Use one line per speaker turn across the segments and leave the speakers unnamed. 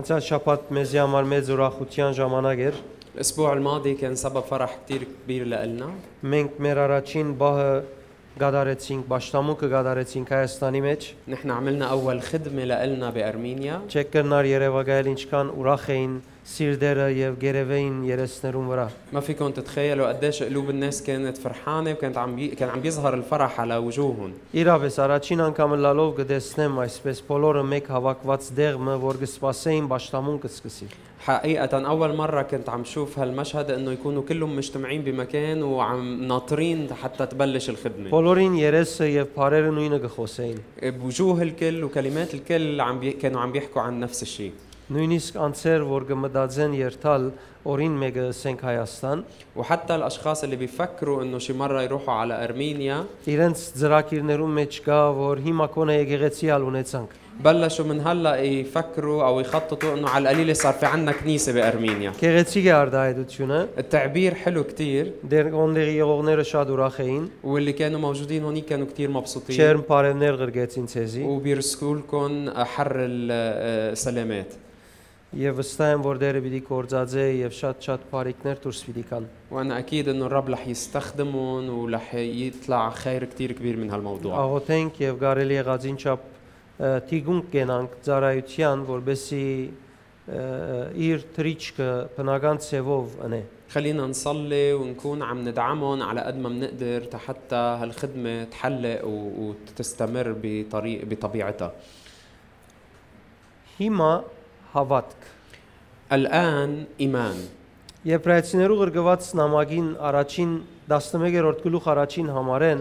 Անցյալ շաբաթ մեզի համար մեծ ուրախության ժամանակ էր։
الأسبوع الماضي كان سبب فرح كتير كبير لإلنا
Մենք մեր առաջին բահը գադարեցինք, աշտամուկը գադարեցինք Հայաստանի մեջ։
نحن عملنا أول خدمة لإلنا بأرمينيا
Չեք կնար Երևակայել ինչքան ուրախ էին սիրդերը եւ գերեվեին երեսներուն վրա։
ما فيكم تتخيلوا قديش قلوب الناس كانت فرحانة وكانت عم بي... كان عم يظهر الفرح على وجوههم
Իրավես առաջին անգամ լալով գտեսնեմ այսպես բոլորը մեկ հավաքված դեղը, որ կսպասեին աշտամուկը սկսի։
حقيقة أول مرة كنت عم شوف هالمشهد إنه يكونوا كلهم مجتمعين بمكان وعم ناطرين حتى تبلش الخدمة
Բոլորին երեսը եւ բարերը նույնը կխոսեին։
بوجوه الكل وكلمات الكل عم بي... كانوا عم بيحكوا عن نفس الشيء
Նույնիսկ անցեր, որ կմտածեն երթալ օրին մեկը սենք Հայաստան,
وحتى الأشخاص اللي بيفكروا إنه شي مرة يروحوا على أرمينيا
իրենց ծրակիրներում մեջ կա, որ հիմա կոնե եկեղեցի ալ ունեցանք։
بلشوا من هلا يفكروا او يخططوا انه على القليله صار في عندنا كنيسه بارمينيا
Գեղեցիկ է արդահայտությունը,
التعبير حلو كتير
դեր ոնդերի եղողները շատ ուրախ էին,
واللي كانوا موجودين هونيك كانوا كتير مبسوطين
չերմ բարևներ գրգեցին ցեզի
وبيرسلوا لكم حر آه، السلامات
եւ վստահ եմ, որ դերը պիտի կործածե եւ շատ-շատ բարիկներ դուրս պիտի կան։
وانا اكيد انه الرب رح يستخدمهم ورح يطلع خير كتير كبير من هالموضوع
Աղոթենք եւ գարելի եղածին չափ ը, թիգունք կենանք ծառայության, որբեսի իր թրիչկը բնական ցևով ընե։
خلينا نصلي ونكون عم ندعمهم على قد ما بنقدر حتى هالخدمه تحلق و- وتستمر بطريق بطبيعتها
Հիմա հավատք։
الان ايمان
Եբրայեցիներու գրգված նամակին առաջին 11-րդ գլուխ առաջին համարեն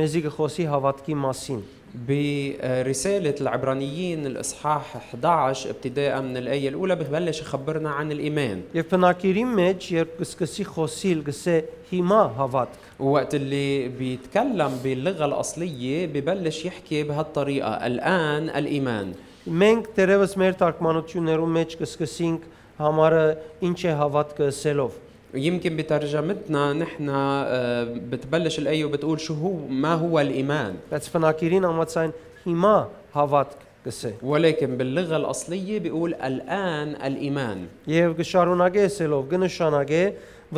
մեզի գխոսի հավատքի մասին։
برسالة العبرانيين الإصحاح 11 ابتداء من الآية الأولى ببلش يخبرنا عن الإيمان
Եվ բնակիրի մեջ, երբ կսկսի խոսիլ, գսե հիմա հավատք։
وقت اللي بيتكلم باللغة الأصلية ببلش يحكي بهالطريقة الآن الإيمان
Մենք դերևս մեր թարգմանություններու մեջ կսկսենք համարը ինչ է հավատքը ասելով։
يمكن بترجمتنا نحن آه، بتبلش الآية وبتقول شو هو ما هو الإيمان
Բայց բնակիրին ամացայն հիմա հավատք գսե։
ولكن باللغة الأصلية بيقول الآن الإيمان
Եվ գշարունակե ասելով գնշանագե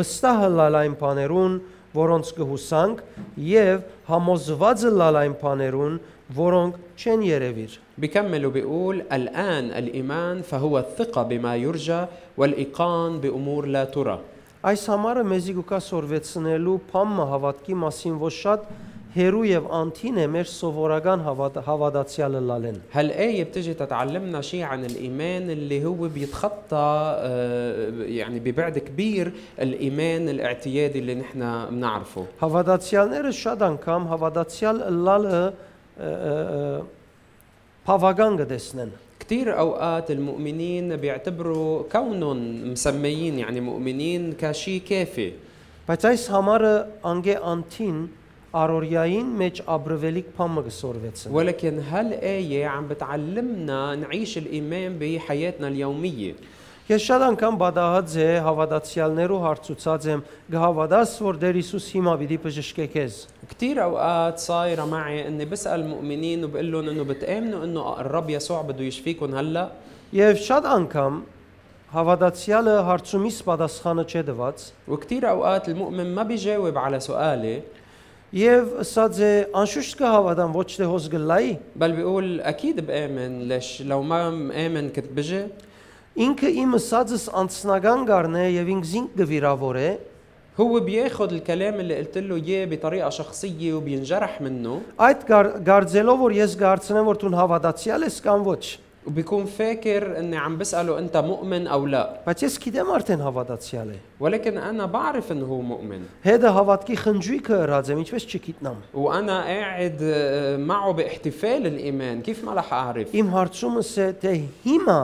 վստահը լալ այն բաներուն, որոնց կհուսանք, եւ համոզվածը լալ այն բաներուն, որոնք չեն երևիր։
بكمل وبيقول الآن الإيمان فهو الثقة بما يرجى والإيقان بأمور لا ترى
Այս համարը մեզի գուկա սորվեցնելու փամը հավատքի մասին ոչ շատ հերու եւ անթին է մեր սովորական հավատ, հավատացյալը լալեն։
هالآية آية بتجي تتعلمنا شيء عن الإيمان اللي هو بيتخطى آه، يعني ببعد كبير الإيمان الاعتيادي اللي نحن بنعرفه
Հավատացյալները շատ անգամ հավատացյալ լալը ը, ը, ը, բավական կտեսնեն։
كثير أوقات المؤمنين بيعتبروا كونهم مسميين يعني مؤمنين كشيء كافي
Բայց այս համարը անգե անթին արորյային մեջ ապրվելիք փամը կսորվեցն։
ولكن هالآية عم بتعلمنا نعيش الإيمان بحياتنا اليومية
Ես շատ անգամ բադահած է հավատացյալներու հարցուցած եմ, գհավատաս, որ Տեր Հիսուս հիմա պիտի բժշկե քեզ։
كثير اوقات صايره معي اني بسال المؤمنين وبقول لهم انه بتامنوا انه الرب يسوع بده يشفيكم هلا
Եվ շատ անգամ հավատացյալը հարցումից պատասխանը չէ տված
وكثير اوقات المؤمن ما بيجاوب على سؤالي
եւ ասած է անշուշտ կհավատամ ոչ թե հոս գլայի
بل بيقول اكيد بامن ليش لو ما مآمن كنت بجي
ինքը իմ ասածս անձնական գարնե եւ ինքս ինք գվիրավորե
هو بياخد الكلام اللي قلت له اياه بطريقه شخصيه وبينجرح منه
այդ գար- գարձելով որ ես գարցնեմ որ դու հավատացյալ ես կամ ոչ
وبيكون فاكر اني عم بساله انت مؤمن او لا
բայց ես գիտեմ արդեն հավատացյալ է
ولكن انا بعرف انه هو مؤمن
հետը հավատքի խնջույքը հրաձեմ ինչպես չգիտնամ
وانا قاعد آه، معه باحتفال الايمان كيف ما رح اعرف
իմ հարցումս է թե հիմա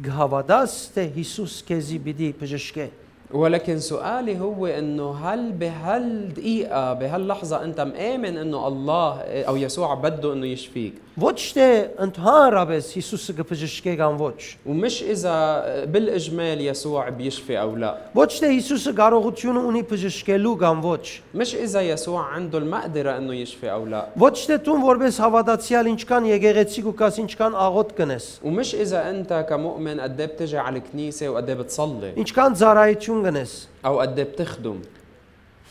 գհավատաս թե Հիսուս քեզի պիտի բժշկե
ولكن سؤالي هو انه هل بهالدقيقة بهاللحظة انت مآمن انه الله او يسوع آه، بده انه يشفيك
ոչ թե ընդհանրապես Հիսուսը կփժշկե կամ ոչ
ومش اذا بالاجمال يسوع بيشفي او لا
ոչ թե Հիսուսը կարողությունը ունի բժշկելու կամ ոչ
مش اذا يسوع عنده المقدره انه يشفي او لا
ոչ թե ում որպես հավատացյալ ինչքան եկեղեցիկ ու կաս ինչքան աղոտ կնես
ومش اذا انت كمؤمن قد ايه بتجي على الكنيسه وقد ايه بتصلي
ինչքան ծառայություն կնես
او قد ايه بتخدم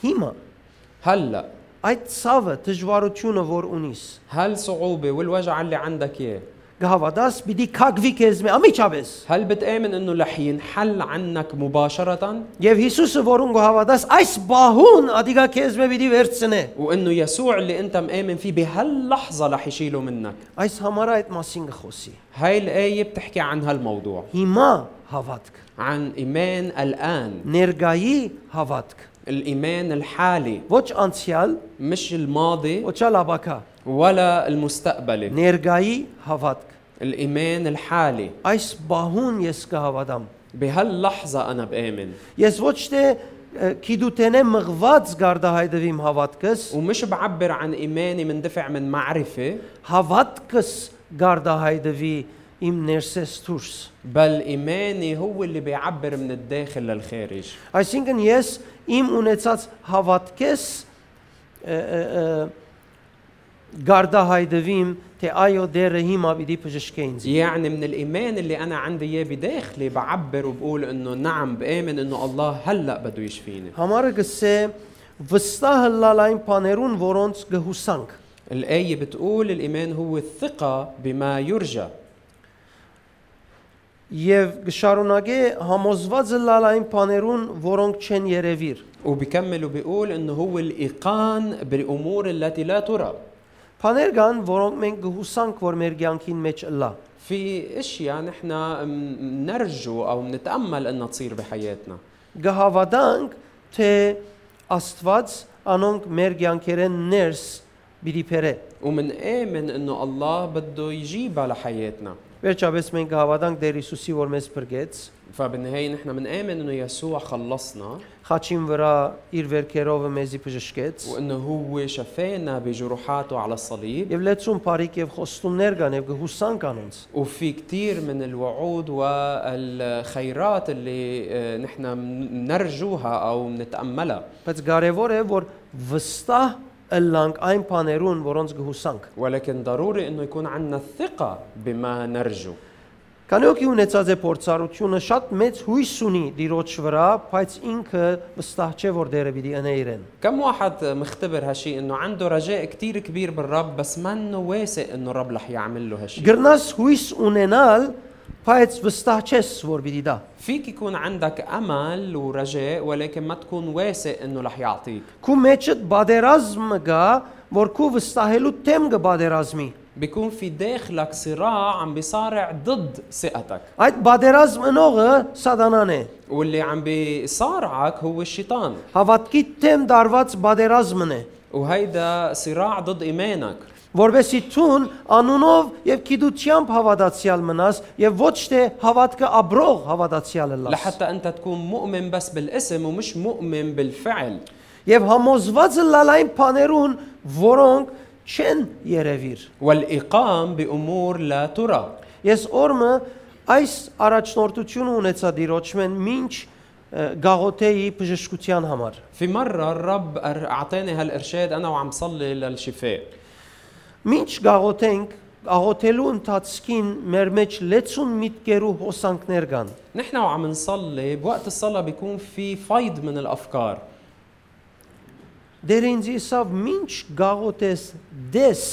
հիմա
هلا
այդ ցավը դժվարությունը որ ունիս
هل صعوبه والوجع اللي عندك إيه؟ اياه
գհավատաս պիտի քակվի քեզ մե ամիջապես
هل بتآمن انه رح ينحل عنك مباشرة
եւ Հիսուսը որուն գհավատաս այս բահուն ադիգա քեզ մե պիտի վերցնե
وانه يسوع اللي انت مآمن فيه بهاللحظة رح يشيله منك
այս համարը այդ մասին կխոսի
هاي الآية بتحكي عن هالموضوع
հիմա հավատք
عن إيمان الآن
ներգայի հավատք
الإيمان الحالي
ոչ անցյալ
مش الماضي
ոչ էլ աբակա
ولا المستقبلي
ներգայի հավատք
الإيمان الحالي
այս բահուն ես կհավատամ
بهاللحظة أنا بآمن
ես ոչ թե ը, քիդուտենե մղված գարդահայտվիմ հավատքս
ومش بعبر عن إيماني مندفع من معرفة
հավատքս գարդահայտվի իմ ներսես դուրս
بل إيماني هو اللي بيعبر من الداخل للخارج
այսինքն ես իմ ունեցած հավատքես ը, ը, ը, գարդահայտվիմ թե այո դերը հիմա պիտի բժշկե ինձ
يعني من الايمان اللي انا عندي اياه بداخلي بعبر وبقول انه نعم بامن انه الله هلا بده يشفيني
Համարը գսե վստահ լալ այն բաներուն, որոնց գհուսանք։
الايه بتقول الايمان هو الثقه بما يرجى
Եվ գշարունակե համոզված լալ այն բաներուն, որոնք չեն երևիր։
وبكمل وبيقول انه هو الايقان بالامور التي لا ترى
Բաներ կան, որոնք մենք գհուսանք, որ մեր ցանկին մեջ լա։
في اشياء نحن م- نرجو او نتامل انها تصير بحياتنا
Գհավատանք, թե Աստված անոնք մեր ցանկերեն ներս բիդի փերե։
ومنآمن انه الله بده يجيبها لحياتنا
Վերջապես մենք գհավատանք Տեր Հիսուսի, որ մեզ բրգեց,
فبالنهايه نحن بنآمن انه يسوع خلصنا
խաչին վրա իր վերքերով մեզի բժշկեց։
وانه هو شفانا بجروحاته على الصليب
Եվ լեցուն բարիք եւ խոստումներ կան եւ գհուսանք անոնց։
وفي كثير من الوعود والخيرات اللي آه، نحن نرجوها او نتاملها
Բայց կարևոր է որ վստահ ըլլանք այն բաներուն, որոնց գհուսանք։
ولكن ضروري انه يكون عندنا الثقه بما نرجو
Քանի օքի ունեցած է փորձառությունը շատ մեծ հույս ունի դիրոջ վրա, բայց ինքը վստահ չէ որ դերը պիտի ընե իրեն։
كم واحد مختبر هالشيء انه عنده رجاء كثير كبير بالرب بس منه واثق انه الرب رح يعمل له هالشيء
Գրնաս հույս ունենալ, բայց վստահ չես որ պիտի դա։
فيك يكون عندك امل ورجاء ولكن ما تكون واثق انه رح يعطيك
Քու մեջդ բادرազմը գա, որ քու վստահելու թեմ գ բادرազմի։
بيكون في داخلك صراع عم بيصارع ضد ثقتك
Այդ բادرազմ ընողը սատանան է։
واللي عم بيصارعك هو الشيطان
Հավատքի թեմ դարված բادرազմն է։
وهيدا صراع ضد ايمانك
Որբեսի ցուն անունով եւ գիտությամբ հավատացյալ մնաս եւ ոչ թե հավատքը ապրող հավատացյալը լաս։
لحتى انت تكون مؤمن بس بالاسم ومش مؤمن بالفعل
Եվ համոզված լալ այն բաներուն, որոնք չեն երևիր։
والاقام بامور لا ترى
Ես օրը այս առաջնորդությունը ունեցա դիրոջ մեն մինչ ը, գաղոթեի բժշկության համար։
في مرة الرب أر- أعطاني هالإرشاد أنا وعم صلي للشفاء
Մինչ գաղոթենք աղոթելու ընթացքին մեր մեջ լեցուն միտքերու հոսանքներ կան։
نحن وعم نصلي بوقت الصلاة بيكون في فيض من الأفكار
Դեր ինձ իսավ մինչ գաղոտես դես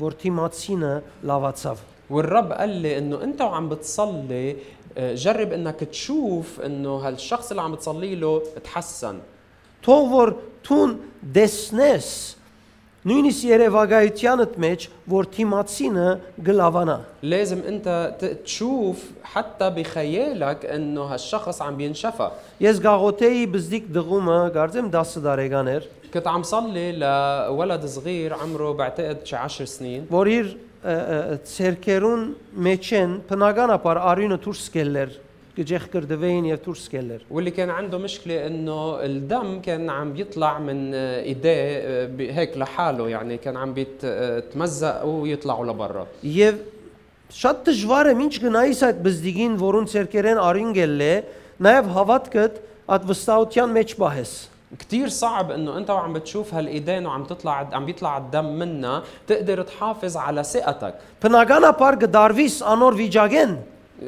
որ թիմացինը լավացավ
والرب قال لي إنه أنت وعم بتصلي آه، جرب إنك تشوف إنه هالشخص اللي عم بتصلي له تحسن
թող որ ցուն դեսնես նույնիսկ երևակայությանդ մեջ որ թիմացինը գլավանա
لازم أنت ت- تشوف حتى بخيالك إنه هالشخص عم بينشفى
ես գաղոտեի բզդիկ դղումը կարծեմ 10 տարեկան էր
كنت عم صلي لولد صغير عمره بعتقد شي 10 سنين
որ իր ը, ը, ցերկերուն մեջ են բնականաբար արյունը դուրս գելեր գջեղ կրդվեին եւ դուրս կելեր։
واللي كان عنده مشكلة انه الدم كان عم يطلع من آه، ايديه آه، ب- هيك لحاله يعني كان عم بيتمزق ويطلعوا لبرا
Եվ շատ դժվար է ինչ գնայիս այդ բզդիգին, որոնց երկերեն արին գելլե, նաեւ հավատքդ այդ վստահության մեջ բահես։
كتير صعب انه انت وعم بتشوف هالايدين وعم تطلع عم بيطلع الدم منها تقدر تحافظ على ثقتك
Բնականաբար գդարվիս անոր վիճակեն։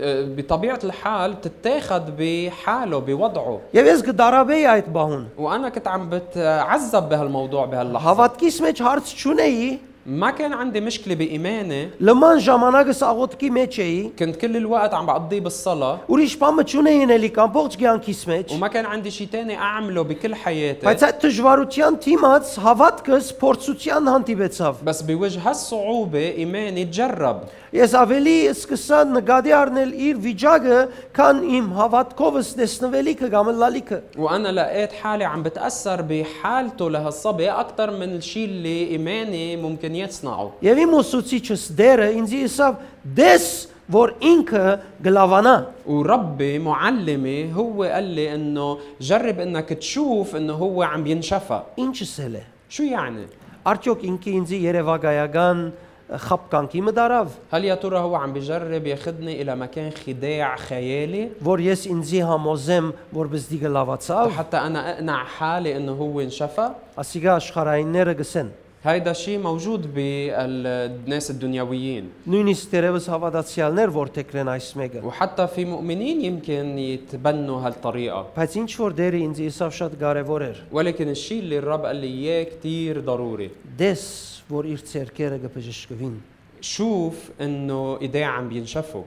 آه، بطبيعة الحال بتتاخد بحاله بوضعه
Եվ ես գդարաբեի այդ բահուն։
وانا كنت عم بتعذب بهالموضوع بهاللحظة
Հավատքիս մեջ հարց չունեի,
ما كان عندي مشكلة بإيماني
լման ժամանակս աղոտքի մեջ էի,
كنت كل الوقت عم بقضيه بالصلاة
ուրիշ բամը չունեին էլի ամբողջ կյանքիս մեջ։
وما كان عندي شيء تاني أعمله بكل حياتي
Բայց այդ դժվարության թիմած հավատքս փորձության հանդիպեցավ։
بس بوجه هالصعوبة إيماني تجرب
Ես ավելի սկսա նկատի առնել իր վիճակը, քան իմ հավատքովս տեսնվելիքը կամ լալիքը։
وأنا لقيت حالي عم بتأثر بحالته لهالصبي أكثر من الشيء اللي إيماني ممكن يصنعه
Եվ իմ ուսուցիչս դերը ինձ իսավ դես, որ ինքը գլավանա։
وربي معلمي هو قال لي انه جرب انك تشوف انه هو عم ينشفى
Ինչս էլ է։
شو يعني
Արդյոք ինքը ինձ երևակայական խապկանքի մը դարավ,
هل يا ترى هو عم بجرب ياخذني الى مكان خداع خيالي
որ ես ինձ համոզեմ, որ բզդի գլավացավ,
حتى انا اقنع حالي انه هو انشفى
ասիկա աշխարհայինները գսեն։
هيدا شيء موجود بالناس الدنيويين
Նույնիսկ դերևս հավատացյալներ որ տեկրեն այս մեկը։
وحتى في مؤمنين يمكن يتبنوا هالطريقه
Բայց ինչ որ դերը ինձ իսավ շատ կարևոր էր։
ولكن الشيء اللي الرب قال لي اياه كثير ضروري
Դես, որ իր ցերկերը կփժշկվին։
شوف انه ايديه عم بينشفوا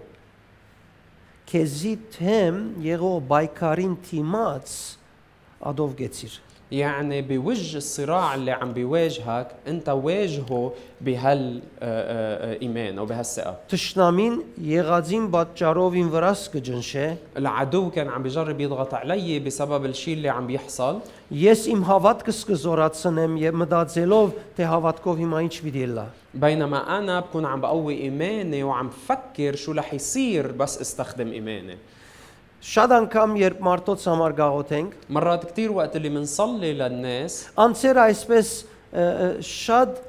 Քեզի թեմ եղող բայկարին թիմած ադով գեցիր։
يعني بوجه الصراع اللي عم بيواجهك انت واجهه آه، بهالايمان او بهالثقه
Տշնամին եղածին պատճառով ին վրաս կջնշե։
العدو كان عم بيجرب يضغط علي بسبب الشيء اللي عم بيحصل
Ես իմ հավատքս կզորացնեմ եւ մտածելով թե հավատքով հիմա ինչ պիտի լա։
بينما انا بكون عم بقوي ايماني وعم فكر شو رح يصير بس استخدم ايماني
Շատ անգամ երբ մարդոց համար գաղութենք,
مرات كثير وقت اللي منصلي للناس
անցեր այսպես ը, ը, շատ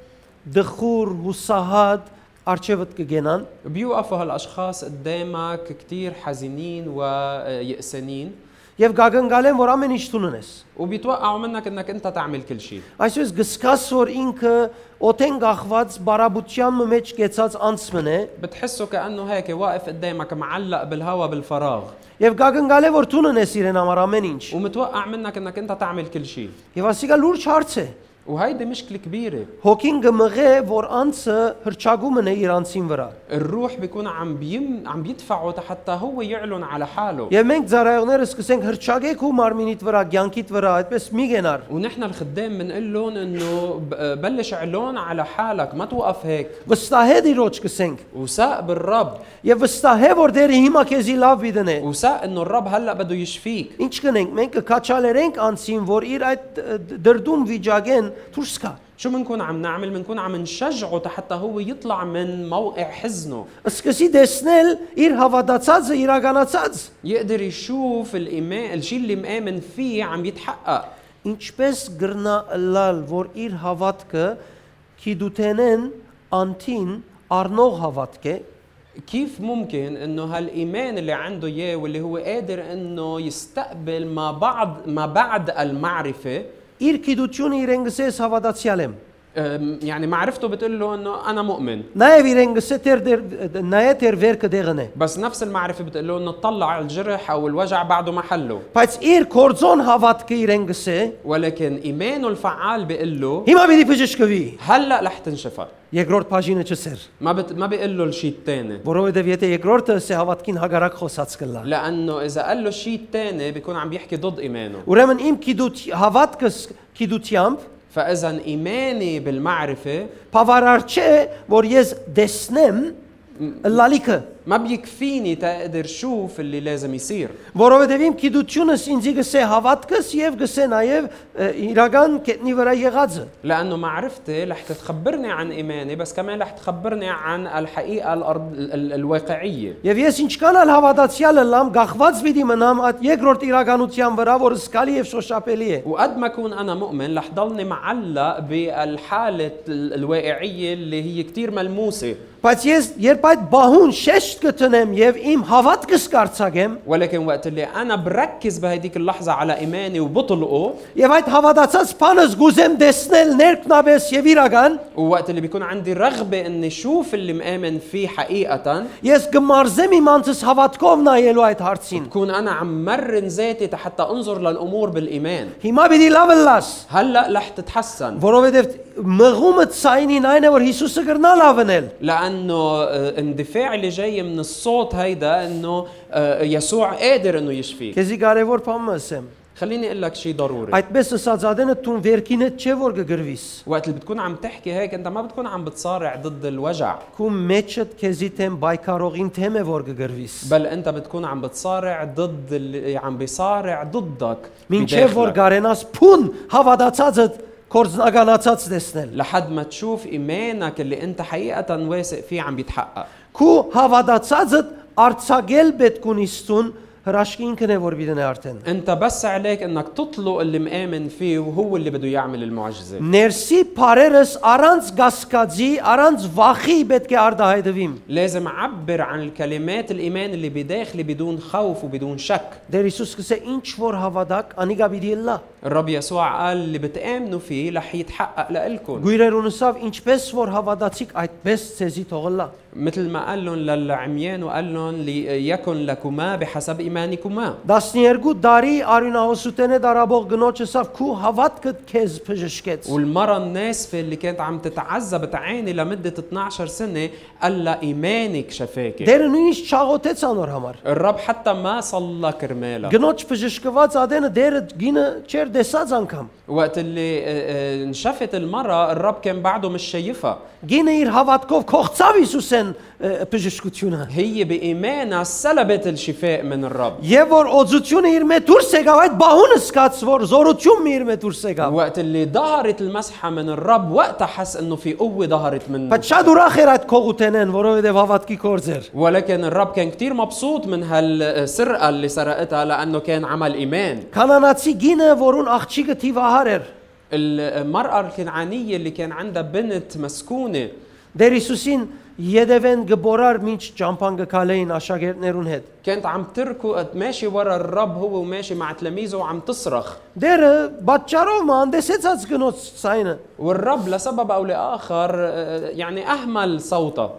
դխուր հուսահատ արջևդ կգենան
بيوقفوا هالاشخاص قدامك كثير حزينين ويأسانين
եւ գագնգալեն որ ամեն ինչ ունես։
وبيتوقعوا منك انك انت تعمل كل شيء
Այսպես գսկաս որ ինքը օտեն գախված բարաբության մեջ կեցած անցմն է
بتحسه كانه هيك واقف قدامك معلق بالهوا بالفراغ
եւ գագնգալ է որ տունն ես իրեն համար ամեն ինչ։
ومتوقع منك انك انت تعمل كل شيء
Եվ ասիկա լուրջ հարց է։
وهيدي مشكله كبيره
Հոգին գմղե որ անցը հրճագումն է իր անձին վրա։
الروح بيكون عم بيم عم بيدفعه حتى هو يعلن على حاله
Եվ մենք ծառայողները սկսենք հրճագեք ու մարմինիդ վրա, գյանքիդ վրա, այդպես մի գենար։
ونحن الخدام بنقول لهم انه ب- بلش علون على حالك ما توقف هيك
Վստահե դիրոջ կսենք
وثق بالرب
եւ վստահե որ դերը հիմա քեզի լավ վիդնե։
وثق انه الرب هلا بده يشفيك
Ինչ կնենք մենք կքաչալերենք անձին որ իր այդ ը, դրդում վիճակեն դուրս կա։
شو بنكون عم نعمل بنكون عم نشجعه حتى هو يطلع من موقع حزنه
Սկսի տեսնել իր հավատացածը իրականացած,
يقدر يشوف الايمان الشيء اللي مآمن فيه عم يتحقق
ինչպես գրնա լալ, որ իր հավատքը քիդութենեն անտին առնող հավատք է,
كيف ممكن انه هالايمان اللي عنده اياه واللي هو قادر انه يستقبل ما بعد ما بعد المعرفه
իր քիդությունը իրենցես հավատացյալ եմ։
أم، يعني معرفته بتقول له انه انا مؤمن
Նաև իրենցե դեր դեր- նայե դեր վերքը դեղն է։
بس نفس المعرفه بتقول له انه طلع الجرح او الوجع بعده محله
Բայց իր կորձոն հավատքը իրենցե
ولكن ايمانه الفعال بيقول له
հիմա պիտի փժշկվի։
هلا رح تنشفها
Երկրորդ բաժինը չսեր,
ما بت... ما بيقول له الشيء الثاني
որովհետև եթե երկրորդը սե հավատքին հագարակ խոսած կլա։
لانه اذا قال له الشيء الثاني بيكون عم بيحكي ضد ايمانه
Ուրեմն իմ քիդութ հավատքս քիդությամբ
فاذا ايماني بالمعرفه
Բավարար չէ, որ ես դեսնեմ լալիկը,
ما بيكفيني تقدر شوف اللي لازم يصير
Որովհետև իմ գիտությունս ինձի գսե հավատքս եւ գսե նաեւ ը, իրական կետնի վրա եղածը։
لانه معرفتي رح تخبرني عن ايماني بس كمان رح تخبرني عن الحقيقه الارض ال- ال- الواقعيه
Եվ ես ինչքան էլ հավատացյալը լամ գախված պիտի մնամ այդ երկրորդ իրականության վրա, որը սկալի եւ շոշափելի է։
وقد ما اكون انا مؤمن رح ضلني معلق بالحاله ال- الواقعيه اللي هي كثير ملموسه
Բայց ես երբ այդ բահուն շեշտ կտնեմ եւ իմ հավատքս կարծագեմ,
ولكن وقت اللي انا بركز بهديك اللحظه على ايماني وبطلقه
եւ այդ հավատացած բանս գուզեմ տեսնել ներքնաբես եւ իրական,
ووقت اللي بيكون عندي رغبه اني شوف اللي مآمن فيه حقيقه
ես կմարզեմ իմ անձս հավատքով նայելու այդ հարցին։
بكون انا عم مرن ذاتي حتى انظر للامور بالايمان
Հիմա պիտի լավ լաս,
هلا رح تتحسن
որովհետեւ մղումը ցայնին այն է, որ Հիսուսը կրնա լավնել։
لانه آه، اندفاع اللي جاي من الصوت هيدا انه آه، يسوع قادر انه يشفيك
Քեզի կարևոր բանը ասեմ։
خليني اقول لك شيء ضروري
Այդպես ասած ադենը տուն վերքինը չէ որ կգրվիս։
وقت اللي بتكون عم تحكي هيك انت ما بتكون عم بتصارع ضد الوجع
Քու մեջդ քեզի թեմ բայկարողին թեմ է որ կգրվիս։
بل انت بتكون عم بتصارع ضد اللي عم بيصارع ضدك
Մինչև որ
بداخلك.
գարենաս փուն հավատացածը կորձնականացած տեսնել։
لحد ما تشوف ايمانك اللي انت حقيقه واثق فيه عم بيتحقق
Քու հավատացածը արցագել պետք ունիստուն հրաշքի ինքն է որ բիդնե արդեն։
انت بس عليك انك تطلق اللي مآمن فيه وهو اللي بده يعمل المعجزه
Ներսի բարերս առանց գասկածի, առանց վախի պետք է արդահայտվիմ։
لازم عبر عن الكلمات الايمان اللي بداخلي بدون خوف وبدون شك
Դեր Հիսուս կսե ինչ որ հավատակ, անիկա պիտի լա։
الرب يسوع قال اللي بتآمنوا فيه رح يتحقق لإلكم
Գույրեր ունսավ ինչպես որ հավատացիք, այդպես ցեզի թողլա։
مثل ما قال لهم للعميان وقال لهم ليكن لكما بحسب ايمانكما
12 տարի արյունահոսուտենե դարաբող գնոջսավ քու հավատքդ քեզ բժշկեց։
والمرة الناسفة اللي كانت عم تتعذب تعاني لمدة 12 سنة قال لها إيمانك شفاكي
Դերը նույնիսկ չաղոթեց անոր համար։
الرب حتى ما صلى كرمالها
Գնոջ բժշկված ադենը դերը գինը չեր դեսած անգամ։
وقت اللي آه، آه، انشفت المرة الرب كان بعده مش شايفها
Գինը իր հավատքով կողծավ Հիսուսեն ը, բժշկությունը։
هي بإيمانها سلبت الشفاء من الرب
Եվ որ օծությունը իր մեջ դուրս եկավ, այդ բահունը սկաց որ զորությունն իր մեջ դուրս եկավ։
وقت اللي ظهرت المسحة من الرب وقتها حس انه في قوة ظهرت منه
Բայց շատ ուրախ էր այդ կողութենեն, որովհետև հավատքի կորձեր։
ولكن الرب كان كتير مبسوط من هالسرقة اللي سرقتها لأنه كان عمل إيمان
Կանանացի գինը, որուն աղջիկը թիվահար էր,
المرأة الكنعانية اللي كان عندها بنت مسكونة
դեր Հիսուսին Եդևեն գբորար մինչ ճամփան գկալեին աշակերտներուն հետ։
كانت عم تركض ماشي ورا الرب هو وماشي مع تلاميذه وعم تصرخ
Դերը բաճարով մանդեսեցած գնոց ցայնը։
والرب لسبب او لاخر آه، يعني اهمل صوته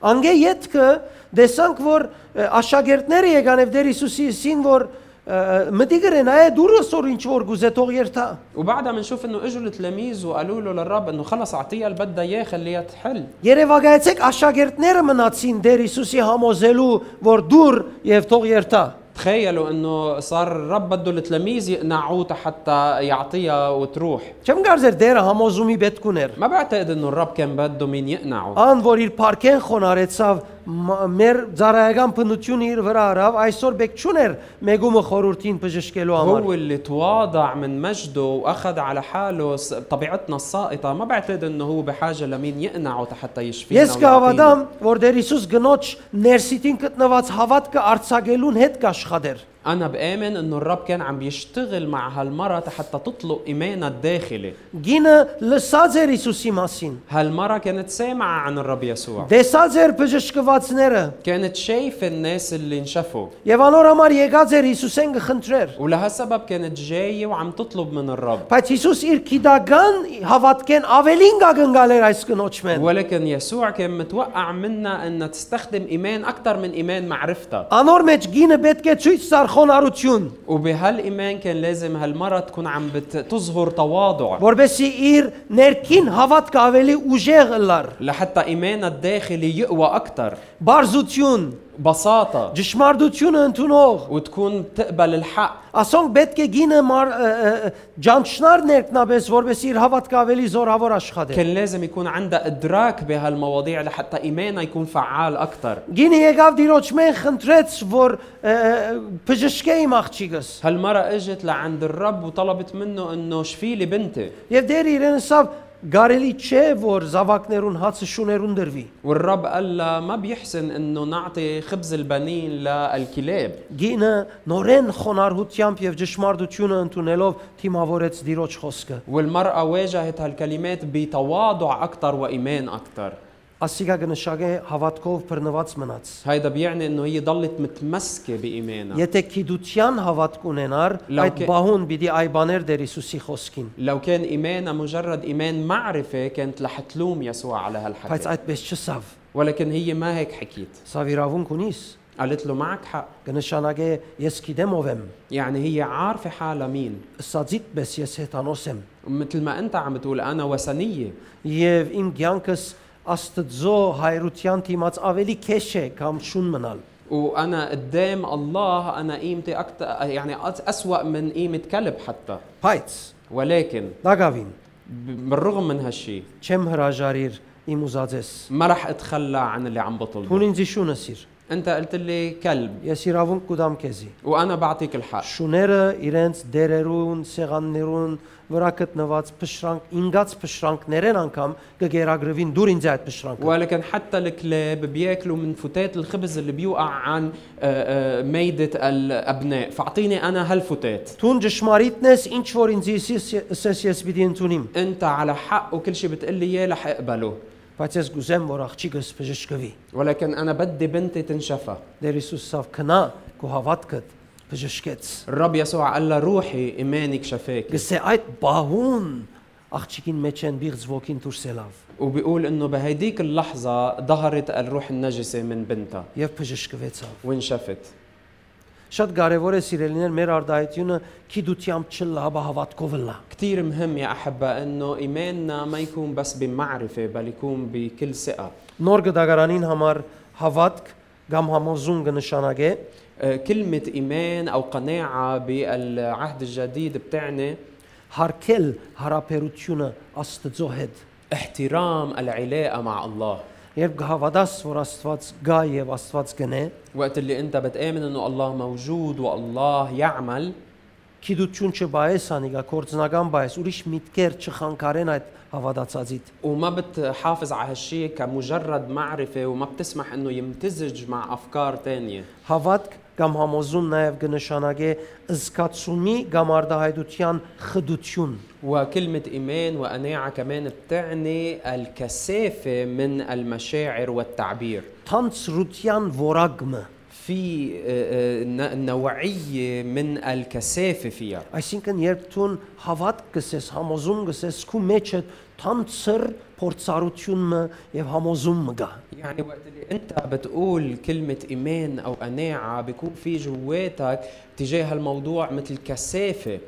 Անգե յետքը դեսանք որ ը, աշակերտները եկան եւ դեր Հիսուսի սին որ ը, մտի գրեն այ դուրս որ ինչ որ գուզե թող երթա։
وبعدها بنشوف انه اجوا التلاميذ وقالوا له للرب انه خلص اعطيها اللي بدها اياه خليها تحل
Երևակայեցեք աշակերտները մնացին դեր Հիսուսի համոզելու որ դուր եւ թող երթա։
تخيلوا انه صار الرب بده التلاميذ يقنعوه حتى يعطيها وتروح
Չեմ կարծեր դերը համոզումի պետք ուներ։
ما بعتقد انه الرب كان بده مين يقنعه
Ան որ իր парքեն խոնարեցավ մ- մեր ծառայական բնությունը իր վրա արավ, այսօր բեք չուներ մեգումը խորուրդին բժշկելու համար։
هو اللي تواضع من مجده واخذ على حاله س- طبيعتنا الساقطه ما بعتقد انه هو بحاجه لمين يقنعه حتى يشفينا
Ես
ويعطينا.
կհավատամ, որ Տեր Հիսուս գնոջ ներսիտին գտնված հավատքը արցակելուն հետ կաշխատեր։
أنا بآمن إنه الرب كان عم بيشتغل مع هالمرة حتى تطلق إيمانها الداخلي
Գինը լսած էր Հիսուսի մասին։
هالمرة كانت سامعة عن الرب يسوع
Դեսած էր բժշկվածները
كانت شايفة الناس اللي انشفوا
եւ անոր համար եկած էր Հիսուսեն գխնդրեր։
ولهالسبب كانت جاية وعم تطلب من الرب
Բայց Հիսուս իր քիդական հավատքեն ավելին գագնգալ էր այս կնոջ մեն։
ولكن يسوع كان متوقع منها انها تستخدم ايمان اكثر من ايمان معرفتها
Անոր մեջ գինը պետք է ցույց տար խոնարհություն,
وبهالايمان كان لازم هالمره تكون عم بت- تظهر تواضع
որբեսի իր ներքին հավատքը ավելի ուժեղ լար։
لحتى ايمانها الداخلي يقوى اكثر
Բարձություն,
ببساطه
Ճշմարտությունը ընդունող։
وتكون بتقبل الحق
Ասոնք պետք է գինը մար ը, ը, ը, ջանչնար ներքնաբես, որովհետև իր հավատքը ավելի զորավոր աշխատի։
كان لازم يكون عندها ادراك بهالمواضيع لحتى ايمانها يكون فعال اكثر
Գինը եկավ դիրոջ մեն խնդրեց, որ ը, ը, բժշկեի իմ աղջիկս։
هالمرة اجت لعند الرب وطلبت منه انه شفي لي بنتي
Եվ դեր իրեն ասավ, գարելի չէ, որ զավակներուն հացը շուներուն դրվի։
والرب قال لها ما بيحسن انه نعطي خبز البنين للكلاب
Գինը նորեն խոնարհությամբ եւ ճշմարտությունը ընդունելով թիմավորեց դիրոջ խոսքը։
والمرأة واجهت هالكلمات بتواضع أكثر وإيمان أكثر
Ասիկա կնշագե հավատքով բռնված մնաց։
هيدا بيعني انه هي ضلت متمسكة بإيمانها
Եթե քիդության հավատք ունենար, այդ
Լավ, կե-
բահուն պիտի այբաներ դեր Հիսուսի խոսքին։
لو كان إيمانها مجرد إيمان معرفة كانت رح تلوم يسوع على
Բայց
هالحكي
այդպես չսավ։
ولكن هي ما هيك حكيت
Սավ իրավունք ունիս։
قالت له معك حق
Կնշանակե ես գիտեմ ով եմ։
يعني هي عارفة حالها مين
Սածիդպես ես հետանոս եմ։
مثل ما أنت عم بتقول أنا وثنية
Եվ իմ ցանկս Աստծո հայրության դիմաց ավելի քեշ է կամ շուն մնալ։
وأنا قدام الله أنا قيمتي أكتر يعني أس- أسوأ من قيمة كلب حتى
Բայց
ولكن
Լագավին
ب- بالرغم من هالشي
չեմ հրաժարիր իմ ուզածես։
ما رح اتخلى عن اللي عم بطلبه
Թուն ինձ շունս իր։
انت قلت لي كلب
Ես իրավունք կուտամ քեզի։
وانا بعطيك الحق
Շուները իրենց դերերուն, սեղաններուն վրա գտնված փշրանք, ինգած փշրանքներեն անգամ կգերագրվին դուր ինձ այդ փշրանքը։
ولكن حتى الكلاب بياكلوا من فتات الخبز اللي بيوقع عن آه، آه، ميدة الابناء فاعطيني انا هالفتات
Թուն ճշմարիտն ես, ինչ որ ինձ իսես ես պիտի ընդունիմ,
انت على حق وكل شيء بتقلي اياه رح اقبله
բայց ես գուզեմ որ աղջիկս բժշկվի։
ولكن انا بدي بنتي تنشفى
Դեր Հիսուսով քնա քո հավատքդ բժշկեց։
الرب يسوع قال لها روحي ايمانك شفاك
Գսե այդ բահուն աղջիկին մեջ են բիղձ ոգին դուրսելավ
وبيقول انه بهيديك اللحظه ظهرت الروح النجسه من بنتها
եւ բժշկվեցավ։
وانشفت
Շատ կարեւոր է սիրելիներ մեր արդայությունը քիդությամբ չլաբա հավատքով լա։
كتير مهم يا أحبة أنه إيماننا ما يكون بس بمعرفة بل يكون بكل ثقة
Նոր գդագարանին համար հավատք կամ համոզում կնշանակե
آه، كلمة إيمان أو قناعة بالعهد الجديد بتعني
հարկել հարաբերությունը Աստծո հետ։
احترام العلاقة مع الله
Երբ կհավատաս, որ Աստված գա եւ Աստված գնե,
وقت اللي أنت بتآمن أنه الله موجود والله يعمل
քիդություն չբայես անիկա կորձնական բայես, ուրիշ միտքեր չխանգարեն այդ հավատացածիդ։
وما بتحافظ على هالشيء كمجرد معرفة وما بتسمح أنه يمتزج مع أفكار تانية
Հավատք կամ համոզում նաև կնշանակե զգացումի կամ արդահայտության խդություն։
وكلمة إيمان وقناعة كمان بتعني الكثافة من المشاعر والتعبير
Թանցրության voragmը,
في آه، آه، ن- نوعية من الكثافة فيها
այսինքն երբ ցուն հավատք կսես, համոզում կսես, քու մեջը թանցր փորձառությունը եւ համոզումը գա։
يعني وقت اللي انت بتقول كلمة ايمان او قناعة بيكون في جواتك تجاه الموضوع مثل كثافة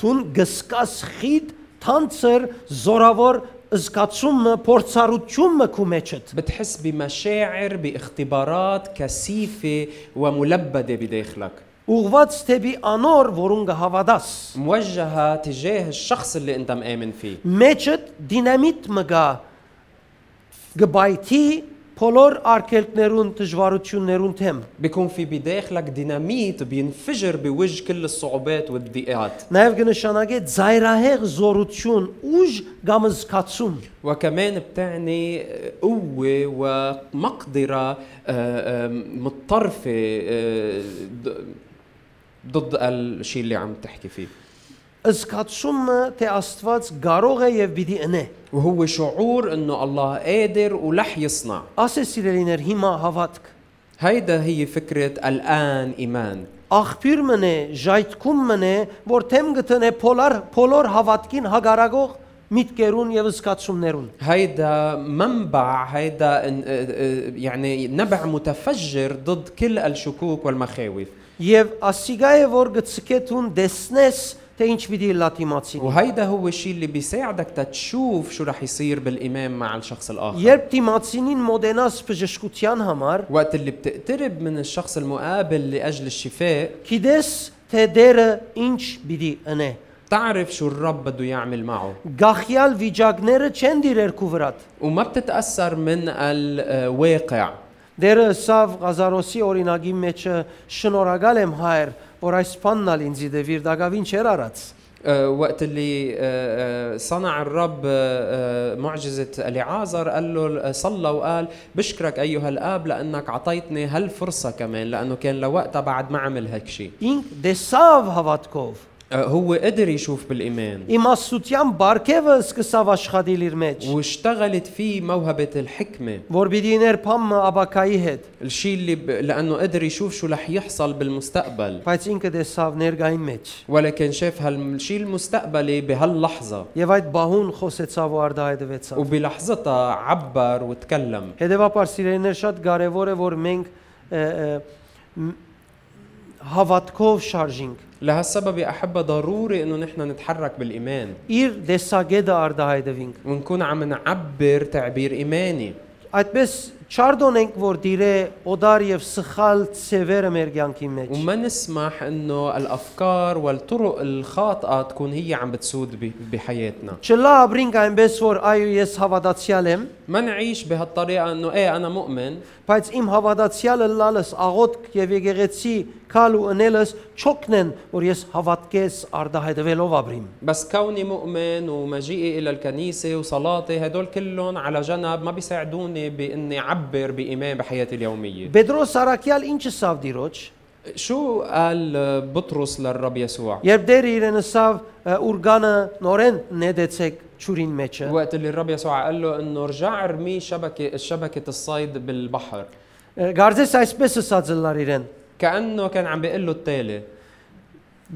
Ցուն գսկաս խիտ թանցր զորավոր զգացումը, փորձառությունը քու մեջը։
بتحس بمشاعر باختبارات كثيفة وملبدة بداخلك
Ուղված թեպի անոր, որուն կհավատաս։
موجهة تجاه الشخص اللي انت مآمن فيه
մեջը դինամիտ մգա գբայթի բոլոր արկելքներուն դժվարություններուն թեմ
بيكون في بداخلك ديناميت بينفجر بوجه كل الصعوبات والضيقات
նաև կնշանակե զայրահեղ զորություն ուժ կամ զգացում
وكمان بتعني قوة ومقدرة آه، آه، متطرفة آه، ض- ضد الشيء اللي عم تحكي فيه
զգացումը թե Աստված կարող է եւ պիտի ընե
وهو شعور انه الله قادر ولح يصنع
ասես իրենիներ հիմա հավատք
هيدا هي فكرة الآن إيمان
աղբյուր մնե ժայթքում մնե որ թեմ գտնե բոլոր բոլոր հավատքին հագարագող միտքերուն եւ զգացումներուն
هيدا منبع هيدا إن- آه، آه، يعني نبع متفجر ضد كل الشكوك والمخاوف
Եվ ասիգայը որ գցկեթուն դեսնես թե ինչ պիտի լա դիմացին։
وهيدا هو الشيء اللي بيساعدك تتشوف شو رح يصير بالإمام مع الشخص الآخر
Երբ դիմացինին մոտենաս բժշկության համար,
وقت اللي بتقترب من الشخص المقابل لأجل الشفاء
գիտես թե դերը ինչ պիտի ընե։
تعرف شو الرب بده يعمل معه
Գախյալ վիճակները չեն դիրերքու վրա։
وما بتتأثر من الواقع
Դերը Սավ Ղազարոսի օրինակի մեջը շնորհակալ եմ հայր, որ այս բաննալ ինձի դեվիր դակավին չեր արած։
آه، وقت اللي آه، آه، صنع الرب آه، آه، معجزة لعازر قال له آه، صلى وقال بشكرك أيها الآب لأنك أعطيتني هالفرصة كمان لأنه كان لوقتها بعد ما عمل هيك شيء
Ինք դեսավ հավատքով
آه، هو قدر يشوف بالإيمان
իմաստության բարգևը սկսավ աշխատել իր մեջ,
واشتغلت فيه موهبة الحكمة
որ պիտի ներ փամը աբակայի հետ,
الشيء اللي ب... لأنه قدر يشوف شو رح يحصل بالمستقبل
բայց ինքը դեսավ ներգային մեջ։
ولكن شاف هالشيء المستقبلي بهاللحظة
Եվ այդ բահուն խոսեցավ ու արդահայտվեցավ։
وبلحظتها عبر وتكلم
Հետևաբար սիրելիներ շատ կարևոր է որ մենք ը, ը, մ- հավատքով շարժինք։
لهالسبب يا أحبة ضروري إنه نحن نتحرك بالإيمان
Իր դեսագետը արդահայտվինք։
ونكون عم نعبر تعبير إيماني
Այդպես չարդոնենք որ դիրե օդար եւ սխալ ծևերը մեր ցանկի մեջ։
وما نسمح إنه الأفكار والطرق الخاطئة تكون هي عم بتسود ب- بحياتنا
Չլա ապրինք այնպես որ այո ես հավատացյալ եմ,
ما نعيش بهالطريقة إنه إيه أنا مؤمن
բայց իմ հավատացյալը լալս աղոտք եւ եկեղեցի քալ ու ընելս չոքնեն որ ես հավատքես արդահայտվելով ապրիմ։
بس كوني مؤمن ومجيئي إلى الكنيسة وصلاتي هدول كلهم على جنب ما بيساعدوني بإني أعبر بإيمان بحياتي اليومية
Պետրոս Սարակյալ ինչը սավ դիրոջ։
شو قال بطرس للرب يسوع؟
Երբ դեր իրեն ասավ ը, ուրգանը նորեն նեդեցեք ճուրին մեջը,
وقت اللي الرب يسوع قال له انه ارجع ارمي شبكه شبكه الصيد بالبحر
ը, գարձես այսպես ասած լար իրեն։
كانه كان عم بيقول له التالي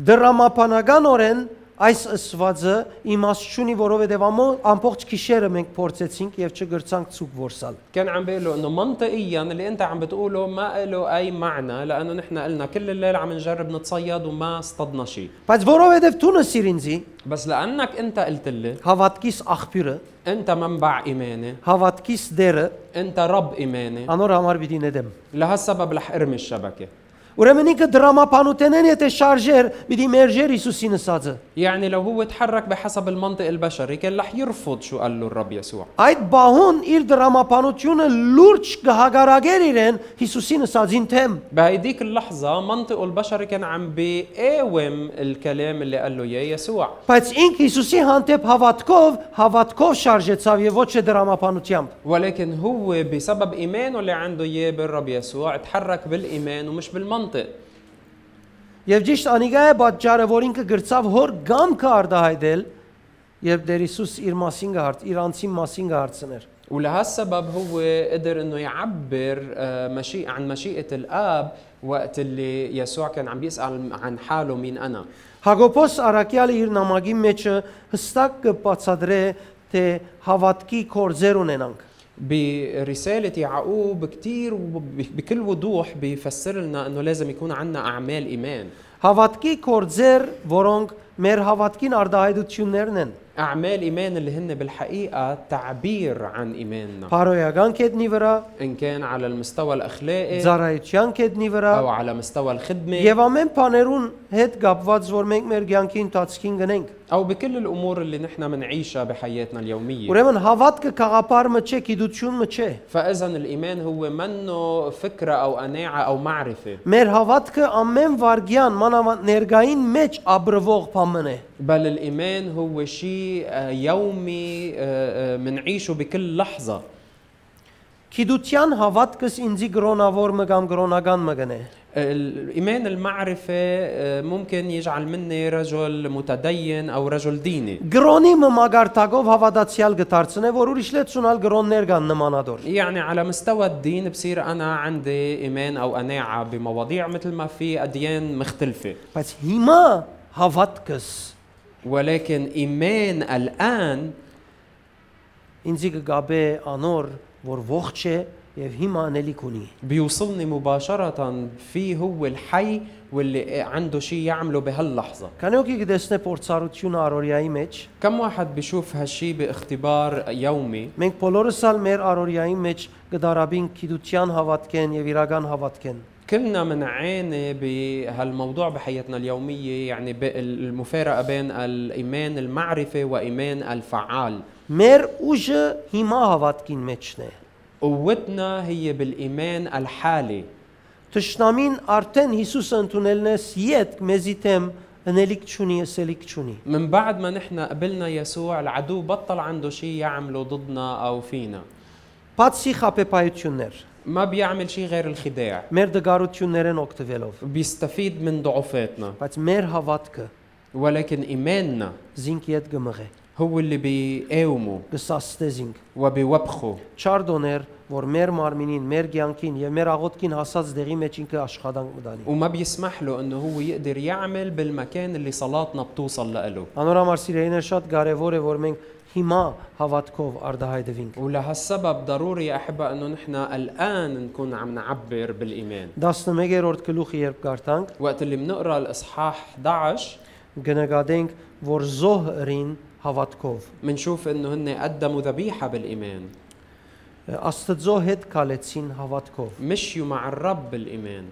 Դրամապանականորեն այս ըսվածը իմաստունի, որովհետև ամո- ամբողջ քիշերը մենք փորձեցինք եւ չգրցանք ցուկ որսալ։
كان عم بيقول له انه منطقيا اللي انت عم بتقوله ما له اي معنى لانه نحن قلنا كل الليل عم نجرب نتصيد وما اصطدنا شيء
Բայց որովհետև դու նսիր ինձի
بس لانك انت قلت لي
հավատքիս աղբյուրը,
انت منبع ايماني
հավատքիս դերը
انت رب ايماني
անոր համար պիտի նեդեմ։
لهالسبب رح ارمي الشبكه
Ուրեմն ինքը դրամապանութենեն եթե շարժեր, պիտի մերժեր Հիսուսի նսածը։
يعني لو هو تحرك بحسب المنطق البشري كان رح يرفض شو قال له الرب يسوع
Այդ բահուն իր դրամապանությունը լուրջ կհագարագեր իրեն Հիսուսի նսածին թեմ։
بهيديك اللحظة منطقه البشري كان عم بيقاوم الكلام اللي قال له إياه يسوع
Բայց ինք Հիսուսի հանդեպ հավատքով, հավատքով շարժեցավ եւ ոչ թե դրամապանությամբ։
ولكن هو بسبب إيمانه اللي عنده إياه بالرب يسوع تحرك بالإيمان ومش بالمنطق
Եվ ճիշտ անիգա է պատճառը, որ ինքը գրծավ հոր գամքը արդահայտել, երբ դեր Հիսուս իր մասին գարց, իր անձի մասին գարցներ։
ولهالسبب هو قدر انه يعبر آه، مشيئة عن مشيئة الآب وقت اللي يسوع كان عم بيسأل عن حاله مين أنا
Հակոբոս Արաքյալը իր նամակի մեջը հստակ կբացատրե, թե հավատքի կորձեր ունենանք։
برسالة يعقوب كتير وب- بكل وضوح بيفسر لنا انه لازم يكون عندنا أعمال إيمان
Հավատքի կորձեր, որոնք մեր հավատքին արդահայտություններն են։
أعمال إيمان اللي هن بالحقيقة تعبير عن إيماننا
Փարոյական կետնի վրա,
إن كان على المستوى الأخلاقي
ծառայության կետնի վրա
أو على مستوى الخدمة
եւ ամեն բաներուն հետ կապված, որ մենք մեր ցանկի ընթացքին գնենք։
أو بكل الأمور اللي نحن بنعيشها بحياتنا اليومية
Ուրեմն հավատքը խաղապարը չէ, գիտությունը չէ։
فإذا الإيمان هو منه فكرة أو قناعة أو معرفة
Մեր հավատքը ամեն վարգյան մանավանդ ներգային մեջ ապրվող բանն է։
بل الإيمان هو شيء آه، يومي بنعيشه بكل لحظة
Գիտության հավատքս ինձի գրոնավոր մը կամ գրոնական մը գնե։
الإيمان المعرفة آه، ممكن يجعل مني رجل متدين أو رجل ديني
Գրոնի մը մագարտակով հավատացյալ գտարցնե, որ ուրիշ լեցունալ գրոններ կան նմանador։
يعني على مستوى الدين بصير انا عندي ايمان او قناعه بمواضيع مثل ما في اديان مختلفه
Բայց հիմա հավատքս
ولكن ايمان الان
ինձի կգաբե անոր, որ ողջ է եւ հիմա անելիք ունի։
بيوصلني مباشرة في هو الحي واللي عنده شيء يعمله بهاللحظة
Քանի օքի գտեսնե փորձառությունը առօրյայի մեջ,
كم واحد بيشوف هالشي باختبار يومي
մենք բոլորս ալ մեր առօրյայի մեջ կդարաբին քիդության հավատքեն եւ իրական հավատքեն։
كلنا منعاني بهالموضوع بحياتنا اليومية يعني ب- المفارقة بين الإيمان المعرفة وإيمان الفعال
Մեր ուժը հիմա հավատքին մեջն է։
قوتنا هي بالإيمان الحالي
Տշնամին արդեն Հիսուսը ընդունելն է իդ մեզի թեմ անելիք չունի, ասելիք չունի։
من بعد ما نحن قبلنا يسوع العدو بطل عنده شيء يعمله ضدنا أو فينا
Բացի խապեպայություններ,
ما بيعمل شيء غير الخداع
մեր դգարություններեն օգտվելով,
بيستفيد من ضعفاتنا
բայց մեր հավատքը
ولكن إيماننا
զինքի հետ գմղե,
هو اللي بيقاومه
գսաստե զինք։
وبيوبخه
Չարդոներ, որ մեր մարմինին, մեր ցանկին եւ մեր աղոթքին հասած դեղի մեջ ինքը աշխատանք մտանի։
وما بيسمح له انه هو يقدر يعمل بالمكان اللي صلاتنا بتوصل لإله
Անորամար սիրելիներ շատ կարեւոր է որ մենք հիմա հավատքով արդահայտվենք։
ولهالسبب ضروري يا أحبة أنه نحن الآن نكون عم نعبر بالإيمان
11-րդ գլուխը երբ կարդանք,
وقت اللي بنقرأ الإصحاح 11
կնկատենք, որ զոհրին հավատքով
بنشوف أنه هن قدموا ذبيحة بالإيمان
Աստծո հետ կալեցին հավատքով։
مشيوا مع الرب بالإيمان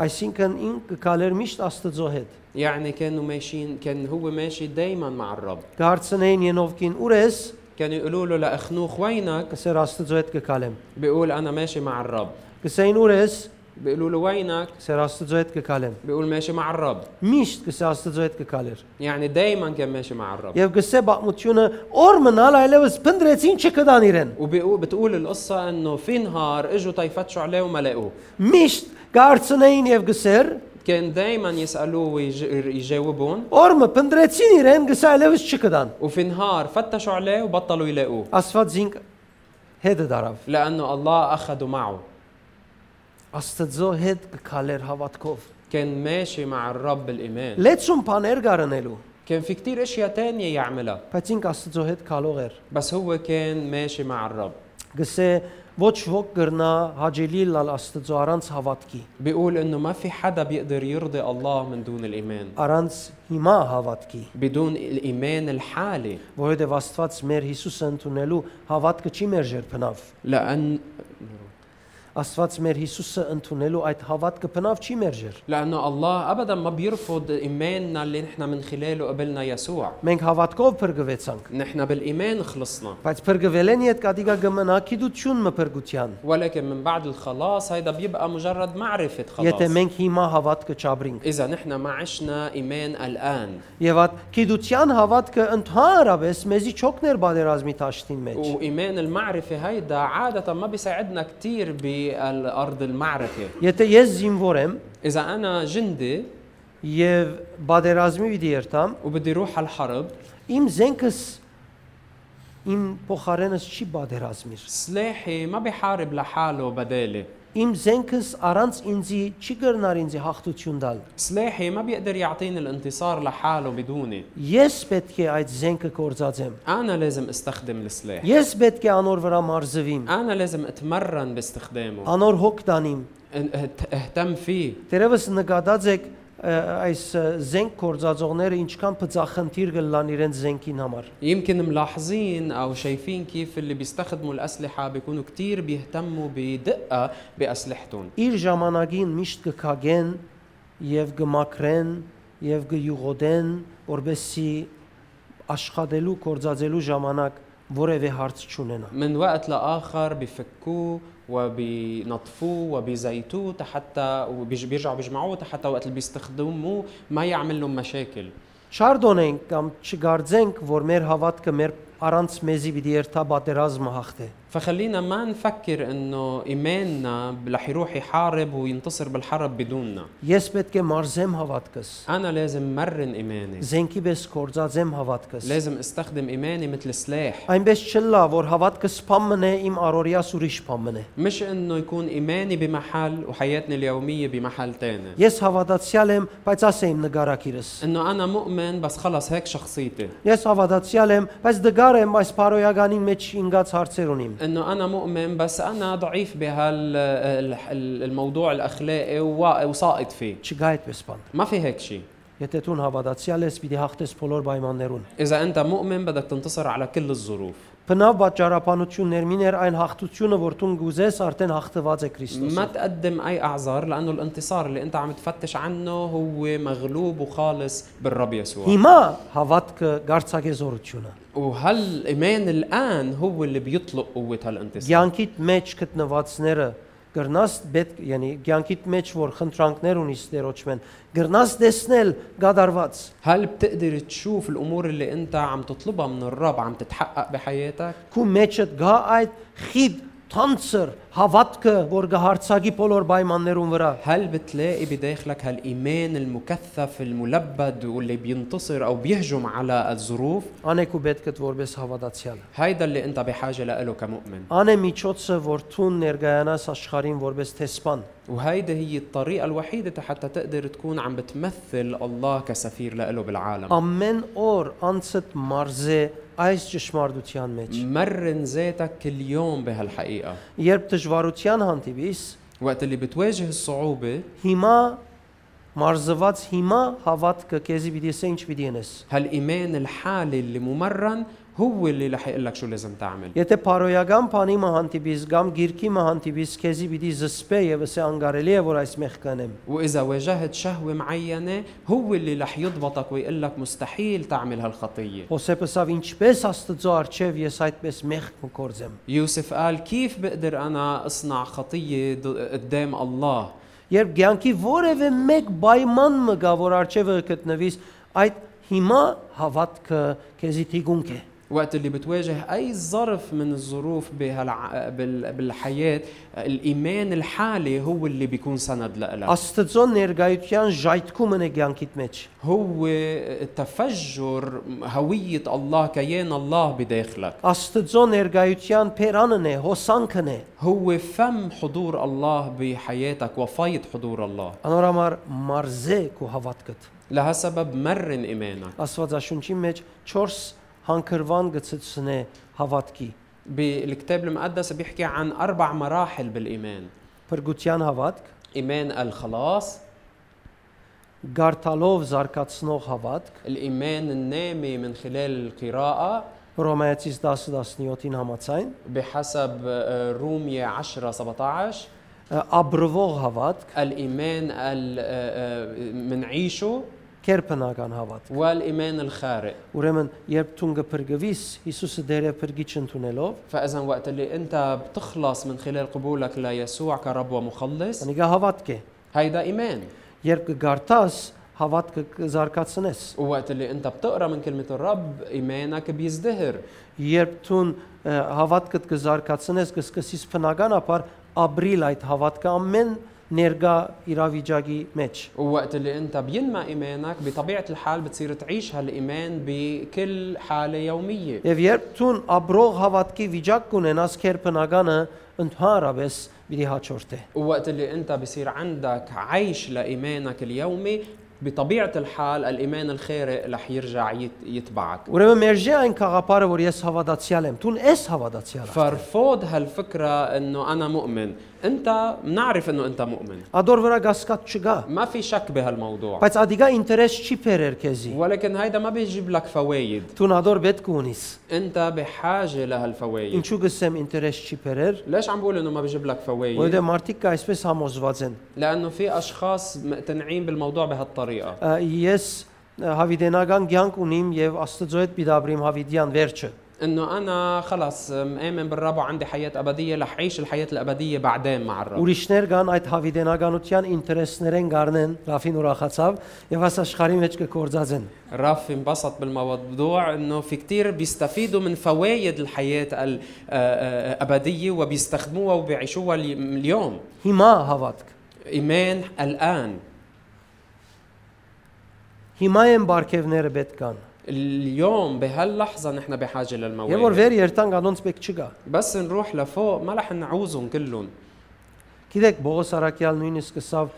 Այսինքն ինքը կալեր միշտ Աստծո հետ։
يعني كانوا ماشيين كان هو ماشي دايما مع الرب
Գարցնեին Ենովկին՝ «Ուր ես?»
كانوا يقولوا له لأخنوخ وينك
կսեր Աստծո հետ կկալեմ։
بيقول أنا ماشي مع الرب
Կսեին «Ուր ես?»
بيقولوا له وينك
կսեր Աստծո հետ կկալեմ։
بيقول ماشي مع الرب
Միշտ կսե Աստծո հետ կկալեր։
يعني دايما كان ماشي مع الرب
Եվ գսե բաղմությունը օր մնալ այլևս փնդրեցին չկդան իրեն։
وبيقول بتقول القصة انه في نهار اجوا تيفتشوا عليه وما لقوه
Միշտ գարցնեին եւ գսեր
كان دائما يسالوه ويج- يجاوبون
Օրը փնդրեցին իրեն գսալևս չկդան։
وفي نهار فتشوا عليه وبطلوا يلاقوه
Աստված ինք հետը դարավ։
لانه الله اخذه معه
Աստծո հետ կքալեր հավատքով։
كان ماشي مع الرب الايمان
Լեցուն բաներ գարնելու,
كان في كتير اشياء تانية يعملها
բայց ինք Աստծո հետ քալող էր։
بس هو كان ماشي مع الرب
Գսե ոչ ոք գրնա հաջելի լալ Աստծո առանց հավատքի,
بيقول انه ما في حدا بيقدر يرضي الله من دون الايمان
առանց հիմա հավատքի,
بدون الايمان الحالي
որովհետև Աստված մեր Հիսուսը ընդունելու հավատքը չի մեր ժերփնավ։
لان
Աստված մեր Հիսուսը ընդունելու այդ հավատքը բնավ չի մեր ժեր։
لانه الله ابدا ما بيرفض ايماننا اللي نحن من خلاله قبلنا يسوع
Մենք հավատքով փրկվեցանք,
نحن بالايمان خلصنا
բայց փրկվելեն իդ կադիգա գմնա քիդություն մը փրկության։
ولكن من بعد الخلاص هيدا بيبقى مجرد معرفة
Եթե
خلاص
մենք հիմա հավատքը ճաբրինք
إذا نحن ما عشنا إيمان الآن
եւ այդ քիդության հավատքը ընդհանրապես մեզի չոքներ բادرազմի ճաշտին մեջ։
وإيمان المعرفة هيدا عادة ما بيساعدنا كتير بالأرض المعركة
Եթե ես զինվոր եմ
إذا أنا جندي
եւ բادرազմի դի երթամ,
وبدي روح على الحرب
իմ զենքս իմ փոխարենս չի բادرազմիր։
سلاحي ما بيحارب لحاله بدالي
Իմ զենքս առանց ինձի չի կրնար ինձի հաղթություն տալ։
سلاحي ما بيقدر يعطيني الانتصار لحاله بدوني
Ես պետք է այդ զենքը կործածեմ։
أنا لازم استخدم السلاح
Ես պետք է անոր վրա մարզվիմ,
أنا لازم أتمرن باستخدامه
անոր հոգ տանիմ։
أهت- أهتم فيه
Տերևս նկատած եք ը, այս ը, զենք կործածողները ինչքան բծախնդիր կլան իրենց զենքին համար։
يمكن ملاحظين او شايفين كيف اللي بيستخدموا الاسلحه بيكونوا كتير بيهتموا بدقه باسلحتهم
Իր ժամանակին միշտ կքագեն եւ գմակրեն եւ գյուղոդեն, որբեսի աշխատելու կործածելու ժամանակ որևէ հարց չունենա։
من وقت لاخر بفكوه وبينطفوه وبيزيتوه حتى وبيرجعوا بيجمعوه حتى وقت اللي بيستخدموه ما يعمل لهم مشاكل
Չարդոնենք կամ չգարձենք, որ մեր հավատքը մեր առանց մեզի պիտի երթա պատերազմը հաղթե։
فخلينا ما نفكر انه ايماننا رح يروح يحارب وينتصر بالحرب بدوننا
Ես պետք է մարզեմ հավատքս,
انا لازم مرن ايماني
զենքի պես կործածեմ հավատքս։
لازم استخدم ايماني مثل سلاح
Այնպես չլա, որ հավատքս փամմն է իմ առօրյաս ուրիշ փամմն է։
مش انه يكون ايماني بمحل وحياتنا اليوميه بمحل تاني
Ես հավատացյալ եմ, բայց ասեմ նկարակիրս։
انه انا مؤمن بس خلص هيك شخصيتي
Ես հավատացյալ եմ, բայց դգար դժվար եմ այս բարոյականի մեջ ինգած հարցեր ունիմ։
انه انا مؤمن بس انا ضعيف بهالموضوع الاخلاقي ووا- وساقط فيه
Չգա այդպես բան։
ما في هيك شيء
Եթե դու հավատացյալ ես, պիտի հաղթես բոլոր պայմաններուն։
اذا انت مؤمن بدك تنتصر على كل الظروف
Բնավ վաճառապանություններ միներ այն հաղթությունը, որ դու գուզես, արդեն հաղթված է
ما
Քրիստոսով։
تقدم اي اعذار لانه الانتصار اللي انت عم تفتش عنه هو مغلوب وخالص بالرب يسوع
Հիմա հավատքը գարցակեզորությունը։
وهالايمان الان هو اللي بيطلق قوه هالانتصار
Գյանքիդ մեջ գտնվածները գրնաս պետք, yəni գյանքիդ մեջ որ խնդրանքներ ունի ստերոճմեն, գրնաս տեսնել գադարված։
هل بتقدر تشوف الامور اللي انت عم تطلبها من الرب عم تتحقق بحياتك
Քու մեջը գա այդ խիտ թանցր հավատքը, որ գահարցակի բոլոր պայմաններուն վրա։
هل بتلاقي بداخلك هالايمان المكثف الملبد واللي بينتصر او بيهجم على الظروف
Անեքու պետքդ որպես հավատացյալ։
هيدا اللي انت بحاجه له كمؤمن
Անե միջոցը, որ ցուն ներգայանաս աշխարհին որպես թեսպան։
وهيدي هي الطريقه الوحيده حتى تقدر تكون عم بتمثل الله كسفير له بالعالم
Ամեն օր անցդ մարզե այս ճշմարտության մեջ։
مرن ذاتك كل يوم بهالحقيقه
Երբ դժվարության հանդիպիս,
وقت اللي بتواجه الصعوبه
հիմա մարզված հիմա հավատքը քեզի պիտի ասե ինչ պիտի անես։
هالايمان الحالي اللي ممرن هو اللي رح يقول لك شو لازم تعمل
Եթե բարոյական բանի մը հանդիպիս կամ գիրքի մը հանդիպիս, քեզի պիտի զսպե եւ ասե անկարելի է որ այս մեղքան եմ։
واذا واجهت شهوه معينه هو اللي رح يضبطك ويقول لك مستحيل تعمل هالخطيه
Հոսեփսավ ինչպես Աստծո արչև ես այդպես մեղք կկործեմ։
يوسف قال كيف بقدر انا اصنع خطيه ض- قدام الله
Երբ ցանկի որևէ մեկ պայման մը գա, որ արչևը գտնվիս, այդ հիմա հավատքը քեզի թիգունք է։
وقت اللي بتواجه اي ظرف من الظروف بهالع... بال... بالحياه الايمان الحالي هو اللي بيكون سند لك
Աստծո ներգայության ժայթքումն է ցանկիդ մեջ։
هو تفجر هويه الله كيان الله بداخلك
Աստծո ներգայության փերանն է, հոսանքն է։
هو فم حضور الله بحياتك وفيض حضور الله
Անորամար մարզե քո հավատքդ։
لهالسبب مرن ايمانك
Աստվածաշունչի մեջ 4 հանքրվան գծցնե հավատքի։
بالكتاب المقدس بيحكي عن اربع مراحل بالايمان
Փրկության հավատք,
ايمان الخلاص
գարթալով զարգացնող հավատք,
الايمان النامي من خلال القراءه
Ռոմայացիս 10:17-ին համաձայն,
بحسب آه، رومية 10 17
աբրվող հավատք,
الإيمان ال- آه، آه، منعيشه
կերպնական հավատք։
والإيمان الخارق
Ուրեմն, երբ ցուն գփրկվիս Հիսուսը դերը փրկիչ ընդունելով,
فإذا وقت اللي أنت بتخلص من خلال قبولك ليسوع كرب ومخلص
անի գա հավատք է։
هيدا إيمان
Երբ կգարտաս, հավատքը կզարգացնես։
ووقت اللي أنت بتقرأ من كلمة الرب إيمانك بيزدهر
Երբ ցուն հավատքդ կզարգացնես, կսկսես բնականաբար ապրիլ այդ հավատքը ամեն ներգա իրավիճակի մեջ։
ووقت اللي أنت بينمى إيمانك بطبيعة الحال بتصير تعيش هالإيمان بكل حالة يومية
Եվ երբ ցուն ապրող հավատքի վիճակ կունենաս, կերպնականը ընդհանրապես մի հաճորդե։
ووقت اللي انت بصير عندك عيش لايمانك اليومي بطبيعه الحال الايمان الخارق رح يرجع يت- يتبعك
Ուրեմն մերժե այն խաղապարը, որ ես հավատացյալ եմ, ցուն ես հավատացյալ։ եմ։
فارفض هالفكره انه انا مؤمن انت بنعرف انه انت مؤمن
Ադոր վրա գասկած չգա։
ما في شك بهالموضوع
Բայց ադիգա ինտերես չի փերեր քեզի։
ولكن هيدا ما بيجيب لك فوايد
Տուն ադոր պետք ունիս։
انت بحاجه لهالفوايد
Ինչու գսեմ ինտերես չի փերեր։
ليش عم بقول انه ما بيجيب لك فوايد
Որովհետև մարդիկ կա այսպես համոզված են։
لانه في اشخاص مقتنعين بالموضوع بهالطريقه
«Ա, Ես ա, հավիդենական ցանկ ունիմ եւ Աստծո հետ պիտաբրիմ հավիդյան վերջը։
انه انا خلص مآمن بالرب وعندي حياه ابديه رح عيش الحياه الابديه بعدين مع الرب
Ուրիշներ կան այդ հավիդենականության ինտերեսներեն գարնեն, Ռաֆին ուրախացավ եւ աս աշխարհի մեջ կգործածեն։
رافي انبسط بالموضوع انه في كتير بيستفيدوا من فوائد الحياة ال- آه، آه، الابدية وبيستخدموها وبيعيشوها الي- اليوم
Հիմա հավատք։
ايمان الان
Հիմա են բարգևները պետք կան։
اليوم بهاللحظة نحن بحاجة
Եվ որ
للمواد
վեր երթանք անոնց պետք չկա։
بس نروح لفوق ما رح نعوزهم كلهم
Գիտեք Բողոս Արաքյալ նույնիսկ սկսավ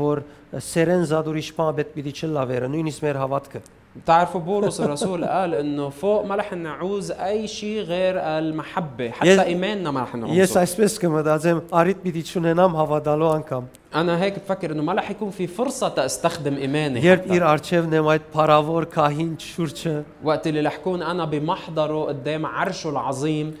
որ սերեն զադուրիշ բան պետք պիտի չլավերը, նույնիսկ մեր հավատքը։
بتعرفوا بولس الرسول قال انه فوق ما رح نعوز اي شيء غير المحبه
يس-
حتى ايماننا ما رح
Ես
نعوزه
այսպես կմտածեմ, արիդ պիտի չունենամ հավատալու անգամ։
انا هيك بفكر انه ما رح يكون في فرصه تستخدم ايماني
Երբ
حتى.
իր արջևն եմ այդ փարավոր քահին շուրջը,
وقت اللي رح كون انا բمحضره قدام عرشه العظيم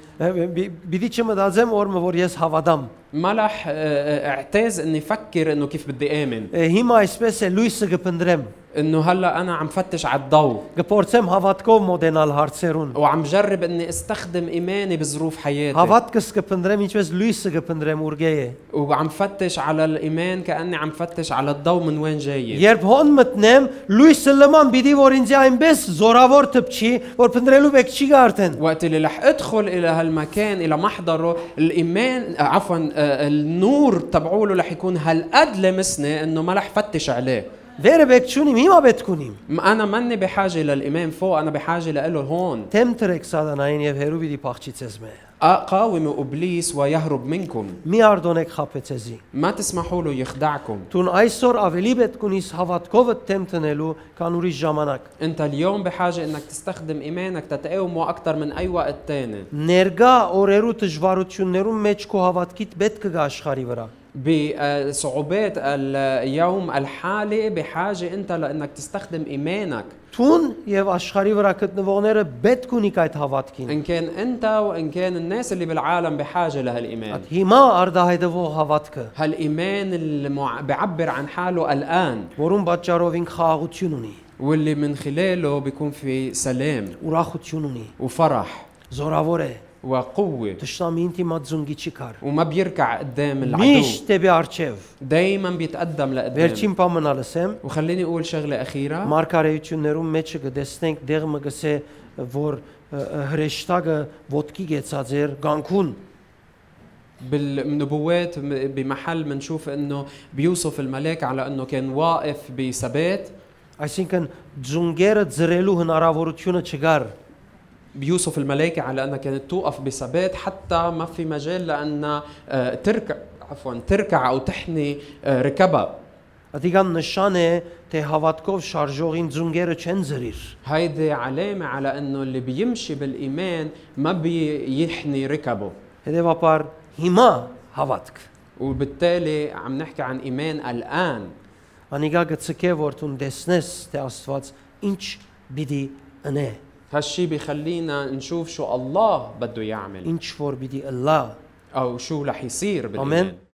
պիտի չմտածեմ օրը, որ ես հավատամ։
ما رح آه، آه، اعتاز اني افكر انه كيف بدي امن
Է, Հիմա այսպես է լույսը կփնտրեմ։
انه هلا انا عم فتش على الضوء
Կփորձեմ հավատքով մոտենալ հարցերուն։
وعم جرب اني استخدم ايماني بظروف حياتي
Հավատքս կփնտրեմ, ինչպես լույսը կփնտրեմ ուրգե է։
وعم فتش على الايمان كاني عم فتش على الضوء من وين جاي
Երբ հոն մտնեմ, լույսը լման պիտի որ ինձ այնպես զորավոր թփչի, որ փնտրելու եք չի գա արդեն։
وقت اللي رح ادخل الى هالمكان الى محضره الايمان آه، عفوا آه، النور تبعوله رح يكون هالقد لمسني انه ما رح فتش عليه
Դերը եք չունիմ, հիմա պետք ունիմ։
م- انا ماني بحاجه للامام فوق انا بحاجه له هون
Թեմ տրեք սատանային եւ հերու պիտի փախչիցես մե։
اقاوم ابليس ويهرب منكم
Մի արդոնեք խափեցեզի։
ما تسمحوا له يخدعكم
Տուն այսօր ավելի պետք ունիս հավատքովը թեմ տնելու, քան ուրիշ ժամանակ։
انت اليوم بحاجه انك تستخدم ايمانك تتقاومه اكثر من اي وقت تاني
Ներգա օրերու դժվարություններում մեջ քո հավատքիդ պետք կգա աշխարի վրա։
بصعوبات آه، اليوم الحالي بحاجه انت لانك تستخدم ايمانك
Տուն եւ աշխարի վրա գտնվողները պետք ունիք այդ հավատքին։
ان كان انت وان كان الناس اللي بالعالم بحاجه لهالايمان
Այդ Հիմա արդահայտվող հավատքը,
هالايمان اللي مع- بعبر عن حاله الان
որում պատճառով ինք խաղաղություն ունի,
واللي من خلاله بيكون في سلام
ուրախություն ունի,
وفرح
զորավոր է,
وقوه
դժտամին դիմա ձունգի չի կար։
وما بيركع قدام العدو
Միշտ դեպի արջև։
Դե- دائما بيتقدم لقدام
Վերջին բանը լսեմ,
وخليني اقول شغله اخيره
մարգարեություններում մեջը կտեսնենք դեղը գսե որ ը, ը, հրեշտակը ոդկի գեցած էր Գանկուն
بالنبوات م- بمحل بنشوف انه بيوصف الملاك على انه كان واقف بثبات
այսինքն ձունգերը ծրելու հնարավորությունը չկար
بيوصف الملائكة على أنها كانت توقف بثبات حتى ما في مجال لأنها آه، تركع عفوا تركع أو تحني آه، ركبها
ադիգան նշան է թե հավատքով շարժողին ձունգերը չեն ծրիր
هيدي علامة على أنه اللي بيمشي بالإيمان ما بيحني ركبه
հետեւաբար հիմա հավատք
وبالتالي عم نحكي عن إيمان الآن
անիգա գցկե որ դու տեսնես թե Աստված ինչ պիտի ընե
هالشي بخلينا نشوف شو الله بده يعمل
ինչ որ պիտի լա
أو شو رح يصير بالإيمان
آمين.